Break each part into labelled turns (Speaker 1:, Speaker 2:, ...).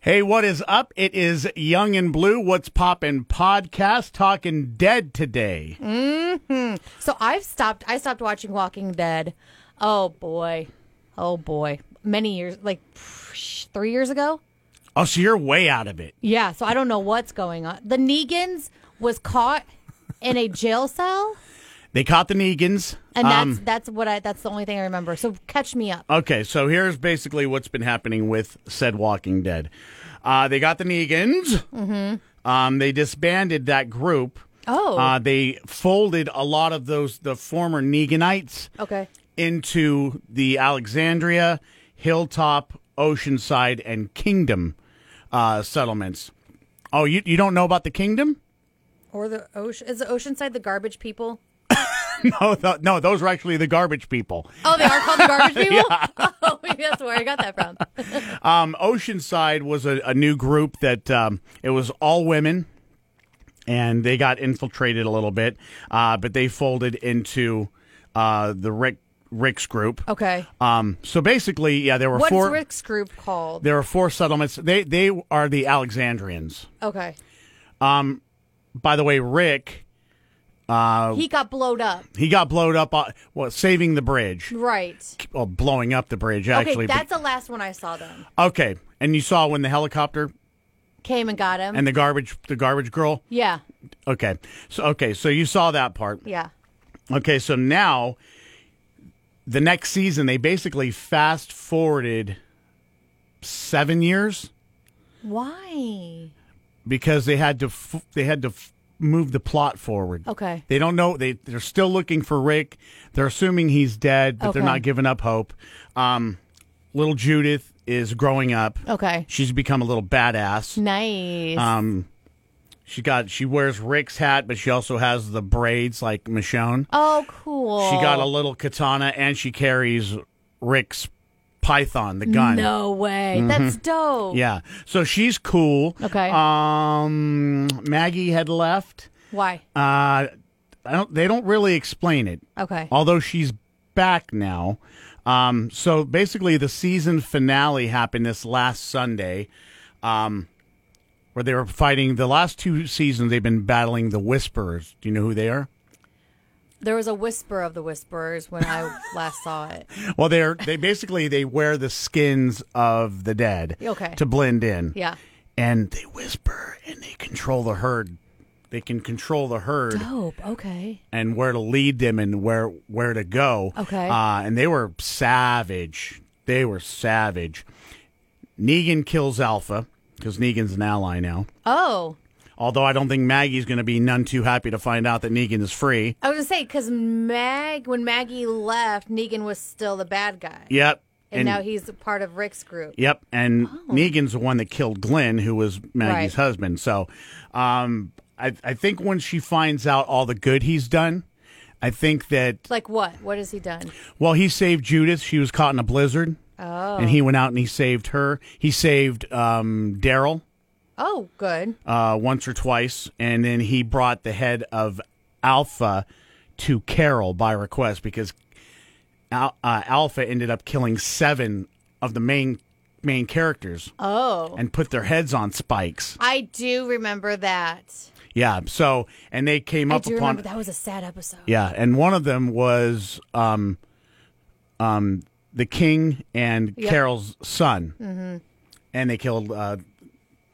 Speaker 1: Hey, what is up? It is Young and Blue. What's poppin' podcast talking dead today.
Speaker 2: Mm. So I've stopped. I stopped watching Walking Dead. Oh boy, oh boy. Many years, like psh, three years ago.
Speaker 1: Oh, so you're way out of it.
Speaker 2: Yeah. So I don't know what's going on. The Negans was caught in a jail cell,
Speaker 1: They caught the Negans.
Speaker 2: and that's
Speaker 1: Um,
Speaker 2: that's what I. That's the only thing I remember. So catch me up.
Speaker 1: okay, so here's basically what's been happening with said Walking Dead. Uh, they got the Negans. Mm-hmm. Um, they disbanded that group.
Speaker 2: Oh.
Speaker 1: Uh, they folded a lot of those the former Neganites
Speaker 2: Okay.
Speaker 1: into the Alexandria, Hilltop, Oceanside, and Kingdom uh, settlements. Oh, you you don't know about the Kingdom?
Speaker 2: Or the ocean is the Oceanside the garbage people?
Speaker 1: No, th- no, those are actually the garbage people.
Speaker 2: Oh, they are called the garbage people. Oh, maybe that's where I got that from.
Speaker 1: Um, Oceanside was a, a new group that um, it was all women, and they got infiltrated a little bit, uh, but they folded into uh, the Rick Rick's group.
Speaker 2: Okay.
Speaker 1: Um, so basically, yeah, there were
Speaker 2: Oh. What's
Speaker 1: four.
Speaker 2: Rick's group called?
Speaker 1: There were four settlements. They they are the Alexandrians.
Speaker 2: Okay.
Speaker 1: by the way, Rick,
Speaker 2: He got blowed up.
Speaker 1: he got blowed up, on, well, saving the bridge.
Speaker 2: Right.
Speaker 1: Well, blowing up the bridge, actually.
Speaker 2: okay,
Speaker 1: but-
Speaker 2: that's the last one I saw them.
Speaker 1: okay. And you saw when the helicopter
Speaker 2: Came and got him.
Speaker 1: and the garbage, the garbage girl.
Speaker 2: yeah.
Speaker 1: Okay. So, okay. So you saw that part.
Speaker 2: Yeah.
Speaker 1: Okay. So now, the next season, they basically fast forwarded seven years
Speaker 2: Why?
Speaker 1: because they had to, f- they had to f- move the plot forward.
Speaker 2: Okay.
Speaker 1: They don't know. They they're still looking for Rick. They're assuming he's dead, but they're
Speaker 2: Okay.
Speaker 1: not giving up hope. Um, little Judith is growing up.
Speaker 2: Okay.
Speaker 1: She's become a little badass.
Speaker 2: Nice.
Speaker 1: Um, she got she wears Rick's hat, but she also has the braids like Michonne.
Speaker 2: oh, cool.
Speaker 1: She got a little katana, and she carries Rick's python, the gun. Mm-hmm.
Speaker 2: No way. That's dope.
Speaker 1: Yeah, so she's cool.
Speaker 2: Okay.
Speaker 1: Um, Maggie had left.
Speaker 2: Why?
Speaker 1: Uh, I don't. They don't really explain it.
Speaker 2: Okay.
Speaker 1: although she's back now. Um, so basically, the season finale happened this last Sunday, um, where they were fighting. The last two seasons, they've been battling the Whisperers. Do you know who they are?
Speaker 2: There was a whisper of the whisperers when I last saw it.
Speaker 1: Well, they're they basically they wear the skins of the dead
Speaker 2: Okay.
Speaker 1: to blend in.
Speaker 2: Yeah.
Speaker 1: and they whisper and they control the herd. They can control the herd.
Speaker 2: Dope. Okay.
Speaker 1: and where to lead them and where where to go.
Speaker 2: Okay.
Speaker 1: Uh, and they were savage. They were savage. Negan kills Alpha because Negan's an ally now.
Speaker 2: Oh.
Speaker 1: Although I don't think Maggie's going to be none too happy to find out that Negan is free.
Speaker 2: I was gonna say because Mag, when Maggie left, Negan was still the bad guy,
Speaker 1: Yep.
Speaker 2: and, now he's a part of Rick's group.
Speaker 1: Yep, and Negan's the one that killed Glenn, who was Maggie's
Speaker 2: Right.
Speaker 1: husband. So, um, I I think when she finds out all the good he's done, I think that
Speaker 2: Like what? What has he done?
Speaker 1: Well, he saved Judith. She was caught in a blizzard. Oh. And he went out and he saved her. He saved um, Daryl
Speaker 2: Oh, good.
Speaker 1: uh, once or twice. And then he brought the head of Alpha to Carol by request because Al- uh, Alpha ended up killing seven of the main main characters
Speaker 2: Oh,
Speaker 1: and put their heads on spikes.
Speaker 2: I do remember that.
Speaker 1: Yeah. So, and they came
Speaker 2: I
Speaker 1: up
Speaker 2: do
Speaker 1: upon.
Speaker 2: remember that was a sad episode.
Speaker 1: Yeah, and one of them was um, um, the king and
Speaker 2: Yep.
Speaker 1: Carol's son, mm-hmm. and they killed uh,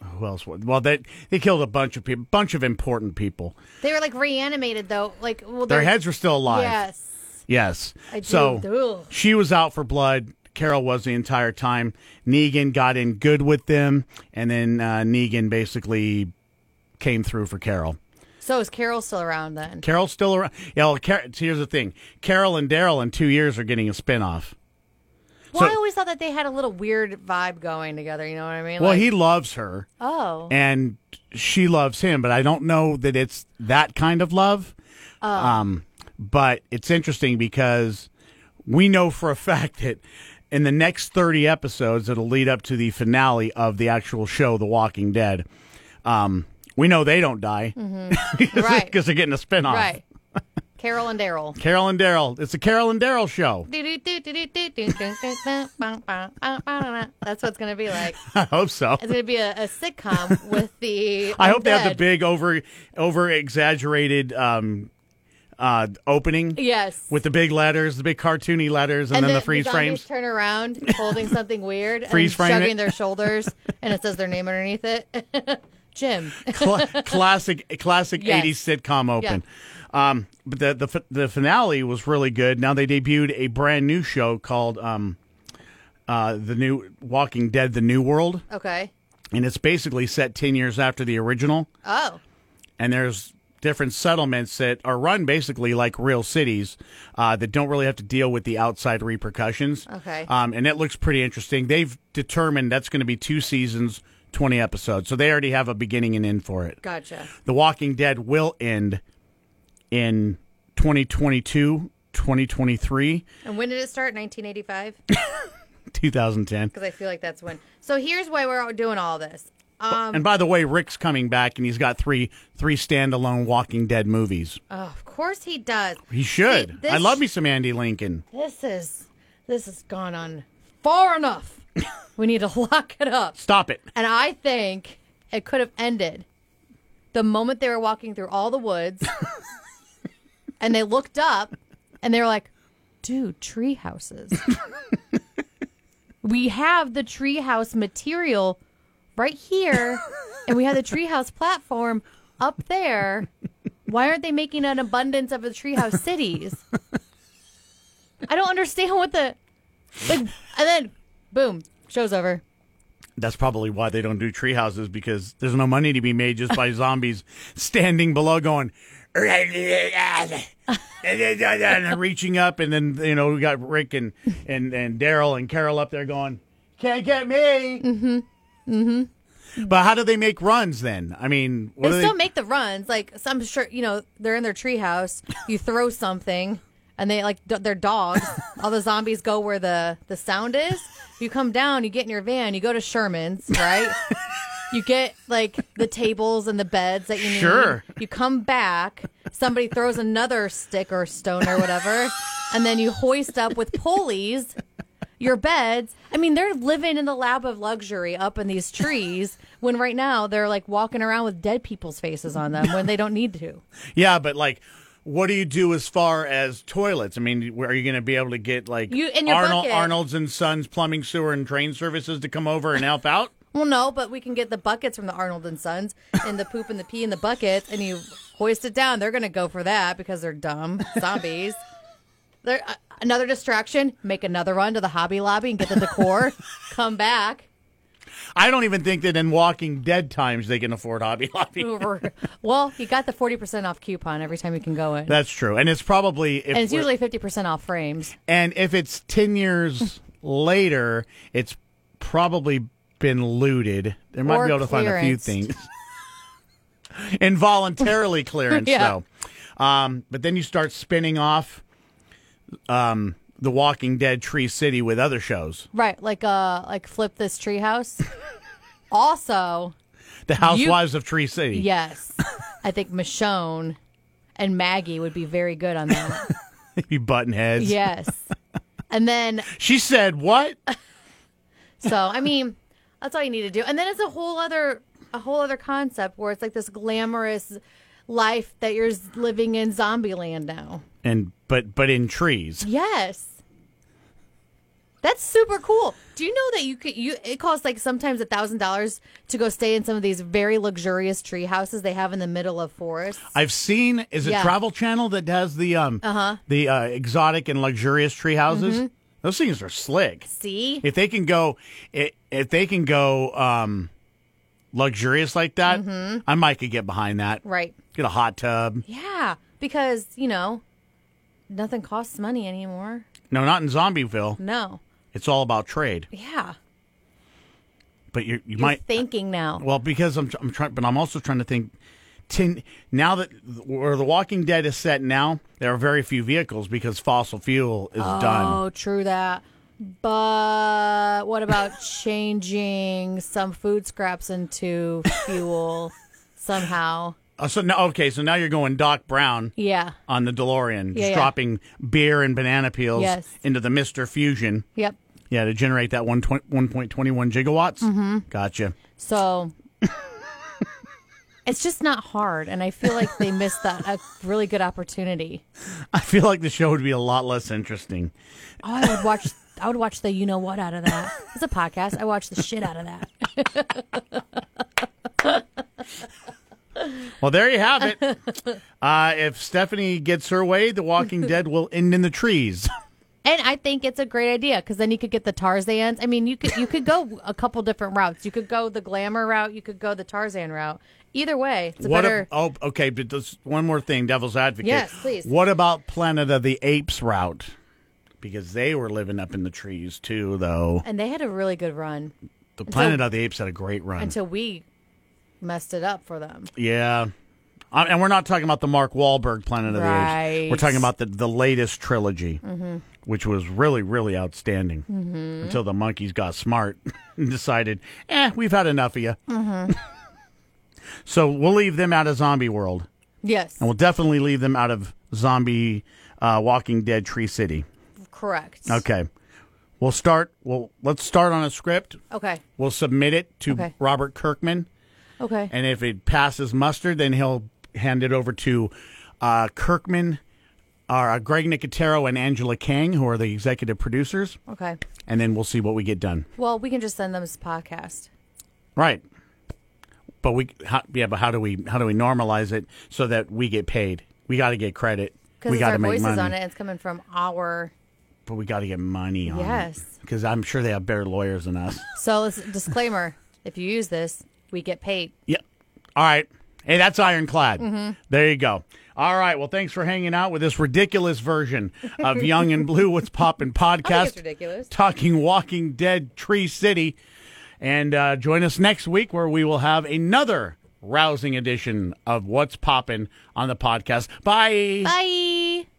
Speaker 1: who else? was- Well, they they killed a bunch of people, bunch of important people.
Speaker 2: They were like reanimated though. Like well,
Speaker 1: Their
Speaker 2: they're-
Speaker 1: heads were still alive.
Speaker 2: Yes.
Speaker 1: Yes.
Speaker 2: I do-
Speaker 1: So
Speaker 2: ugh.
Speaker 1: she was out for blood. Carol was the entire time. Negan got in good with them, and then uh, Negan basically came through for Carol.
Speaker 2: So is Carol still around then?
Speaker 1: Carol's still around. Yeah, well, Car- here's the thing: Carol and Daryl in two years are getting a spinoff.
Speaker 2: Well,
Speaker 1: So-
Speaker 2: I always thought that they had a little weird vibe going together. You know what I mean?
Speaker 1: Well,
Speaker 2: Like,
Speaker 1: he loves her
Speaker 2: Oh.
Speaker 1: and she loves him, but I don't know that it's that kind of love.
Speaker 2: Oh.
Speaker 1: Um, but it's interesting because we know for a fact that in the next 30 episodes that'll lead up to the finale of the actual show, The Walking Dead, um, we know they don't die because
Speaker 2: Mm-hmm. Right.
Speaker 1: they're getting a spinoff.
Speaker 2: Right. Carol and Daryl.
Speaker 1: Carol and Daryl. It's the Carol and Daryl show.
Speaker 2: That's what it's gonna be like.
Speaker 1: I hope so.
Speaker 2: It's gonna be a, a sitcom with the.
Speaker 1: I hope they have the
Speaker 2: undead.
Speaker 1: big over over exaggerated um, uh, opening
Speaker 2: Yes.
Speaker 1: with the big letters, the big cartoony letters, and, then the freeze
Speaker 2: zombies
Speaker 1: frames.
Speaker 2: turn around holding something weird
Speaker 1: Freeze
Speaker 2: and
Speaker 1: frame
Speaker 2: shrugging
Speaker 1: it.
Speaker 2: their shoulders and it says their name underneath it jim
Speaker 1: Cla- classic classic
Speaker 2: Yes.
Speaker 1: 80s sitcom open. Um, but the, the f- the finale was really good. Now they debuted a brand new show called um, uh, the new Walking Dead: The New World,
Speaker 2: okay
Speaker 1: and it's basically set ten years after the original.
Speaker 2: oh
Speaker 1: and there's different settlements that are run basically like real cities uh, that don't really have to deal with the outside repercussions.
Speaker 2: Okay.
Speaker 1: Um, and it looks pretty interesting. They've determined that's going to be two seasons, 20 episodes. So they already have a beginning and end for it.
Speaker 2: gotcha
Speaker 1: The Walking Dead will end in 2022, 2023,
Speaker 2: and when did it start 1985
Speaker 1: 2010.
Speaker 2: because i feel like that's when so here's why we're all doing all this Um,
Speaker 1: and by the way, Rick's coming back and he's got three three standalone Walking Dead movies.
Speaker 2: oh, of course he does
Speaker 1: He should.
Speaker 2: this-
Speaker 1: I love me some Andy Lincoln.
Speaker 2: this is this has gone on far enough we need to lock it up
Speaker 1: Stop it.
Speaker 2: And I think it could have ended the moment they were walking through all the woods and they looked up and they were like, dude, tree houses. we have the treehouse material right here and we have the treehouse platform up there. Why aren't they making an abundance of the treehouse cities? I don't understand what the like and then boom, show's over.
Speaker 1: That's probably why they don't do tree houses because there's no money to be made just by zombies standing below going and reaching up and then you know we got Rick and and and Daryl and Carol up there going can't get me. Mm-hmm. Mm-hmm. But how do they make runs then? I mean, what
Speaker 2: they
Speaker 1: do
Speaker 2: still
Speaker 1: they-
Speaker 2: make the runs. Like some sure you know they're in their treehouse. You throw something, and they like d- they're dogs. All the zombies go where the the sound is. You come down. You get in your van. You go to Sherman's, right? you get like the tables and the beds that you need.
Speaker 1: Sure.
Speaker 2: You come back. Somebody throws another stick or stone or whatever, and then you hoist up with pulleys your beds. I mean, they're living in the lap of luxury up in these trees when right now they're like walking around with dead people's faces on them when they don't need to.
Speaker 1: yeah, but like what do you do as far as toilets? I mean, where- are you going to be able to get like
Speaker 2: You- in your
Speaker 1: Arnold,
Speaker 2: bucket.
Speaker 1: Arnold's and Sons Plumbing, Sewer, and Drain Services to come over and help out?
Speaker 2: Well, no, but we can get the buckets from the Arnold and Sons and the poop and the pee in the buckets and you hoist it down. They're going to go for that because they're dumb zombies. They're, uh, another distraction, make another run to the Hobby Lobby and get the decor, come back.
Speaker 1: I don't even think that in Walking Dead times they can afford Hobby Lobby.
Speaker 2: Over. Well, you got the 40% off coupon every time you can go in.
Speaker 1: That's true, and it's probably if
Speaker 2: and it's
Speaker 1: we're-
Speaker 2: usually 50% off frames.
Speaker 1: and if it's ten years later, it's probably been looted. They might
Speaker 2: Or
Speaker 1: be able to find a few
Speaker 2: clearanced.
Speaker 1: things. Involuntarily clearance,
Speaker 2: Yeah.
Speaker 1: though. Um, but then you start spinning off um, the Walking Dead Tree City with other shows.
Speaker 2: Right, like uh like flip this treehouse. also,
Speaker 1: The Housewives of Tree City.
Speaker 2: yes, I think Michonne and Maggie would be very good on that.
Speaker 1: you button heads.
Speaker 2: yes. And then
Speaker 1: She said what?
Speaker 2: so I mean, that's all you need to do. And then it's a whole other a whole other concept where it's like this glamorous life that you're living in zombie land now.
Speaker 1: And but but in trees.
Speaker 2: Yes. That's super cool. Do you know that you could you it costs like sometimes a thousand dollars to go stay in some of these very luxurious tree houses they have in the middle of forests?
Speaker 1: I've seen. Is it
Speaker 2: Yeah. Uh-huh.
Speaker 1: Travel Channel that has the um the uh, exotic and luxurious tree houses?
Speaker 2: Mm-hmm.
Speaker 1: Those things are slick.
Speaker 2: See?
Speaker 1: If they can go, i- if they can go um, luxurious like that,
Speaker 2: Mm-hmm.
Speaker 1: I might could get behind that.
Speaker 2: Right.
Speaker 1: Get a hot tub.
Speaker 2: Yeah. Because, you know, nothing costs money anymore.
Speaker 1: No, not in Zombieville.
Speaker 2: No.
Speaker 1: It's all about trade.
Speaker 2: Yeah.
Speaker 1: But you you
Speaker 2: You're
Speaker 1: might
Speaker 2: thinking now.
Speaker 1: well because I'm tr- I'm trying, but I'm also trying to think. Ten, now that where The Walking Dead is set now, there are very few vehicles because fossil fuel is done.
Speaker 2: Oh, true that. But what about changing some food scraps into fuel somehow?
Speaker 1: Uh, so now, okay, so now you're going Doc Brown
Speaker 2: Yeah.
Speaker 1: on the DeLorean,
Speaker 2: Yeah,
Speaker 1: just
Speaker 2: yeah.
Speaker 1: dropping beer and banana peels
Speaker 2: Yes.
Speaker 1: into the Mister Fusion.
Speaker 2: Yep.
Speaker 1: Yeah, to generate that 1.21 gigawatts. Mm-hmm. Gotcha.
Speaker 2: So it's just not hard, and I feel like they missed that a really good opportunity.
Speaker 1: I feel like the show would be a lot less interesting.
Speaker 2: Oh, I would watch. I would watch the you know what out of that. It's a podcast. I watch the shit out of that.
Speaker 1: Well, there you have it. Uh, if Stephanie gets her way, The Walking Dead will end in the trees.
Speaker 2: And I think it's a great idea because then you could get the Tarzans. I mean, you could you could go a couple different routes. You could go the glamour route. You could go the Tarzan route. Either way, it's a
Speaker 1: What?
Speaker 2: better.
Speaker 1: ab- oh, okay. But just one more thing, Devil's Advocate.
Speaker 2: Yes, please.
Speaker 1: What about Planet of the Apes route? Because they were living up in the trees too, though.
Speaker 2: and they had a really good run
Speaker 1: The Planet of the Apes had a great run.
Speaker 2: until we messed it up for them.
Speaker 1: yeah. Um, and we're not talking about the Mark Wahlberg Planet of the Apes.
Speaker 2: Right. Mm-hmm.
Speaker 1: We're talking about the, the latest trilogy, which was really, really outstanding until the monkeys got smart and decided, eh, we've had enough of you.
Speaker 2: Mm-hmm.
Speaker 1: so we'll leave them out of Zombie World.
Speaker 2: Yes,
Speaker 1: And we'll definitely leave them out of zombie uh, Walking Dead Tree City.
Speaker 2: correct.
Speaker 1: Okay. We'll start. Well, let's start on a script.
Speaker 2: Okay.
Speaker 1: We'll submit it to
Speaker 2: Okay.
Speaker 1: Robert Kirkman,
Speaker 2: Okay.
Speaker 1: and if it passes muster, then he'll hand it over to uh, Kirkman, or uh, Greg Nicotero and Angela Kang, who are the executive producers,
Speaker 2: okay.
Speaker 1: and then we'll see what we get done.
Speaker 2: Well, we can just send them this podcast.
Speaker 1: Right. But we, how, yeah. But how do we how do we normalize it so that we get paid? We got to get credit.
Speaker 2: Because
Speaker 1: We
Speaker 2: it's
Speaker 1: got
Speaker 2: our
Speaker 1: to make
Speaker 2: voices
Speaker 1: money.
Speaker 2: on it. It's coming from our.
Speaker 1: But we got to get money on
Speaker 2: Yes.
Speaker 1: Because I'm sure they have better lawyers than us.
Speaker 2: So, let's- disclaimer if you use this, we get paid.
Speaker 1: yeah. All right. Hey, that's ironclad.
Speaker 2: Mm-hmm.
Speaker 1: There you go. All right. Well, thanks for hanging out with this ridiculous version of Young and Blue What's Poppin' podcast.
Speaker 2: it's ridiculous.
Speaker 1: Talking Walking Dead Tree City. And uh, join us next week where we will have another rousing edition of What's Poppin' on the podcast. Bye.
Speaker 2: Bye.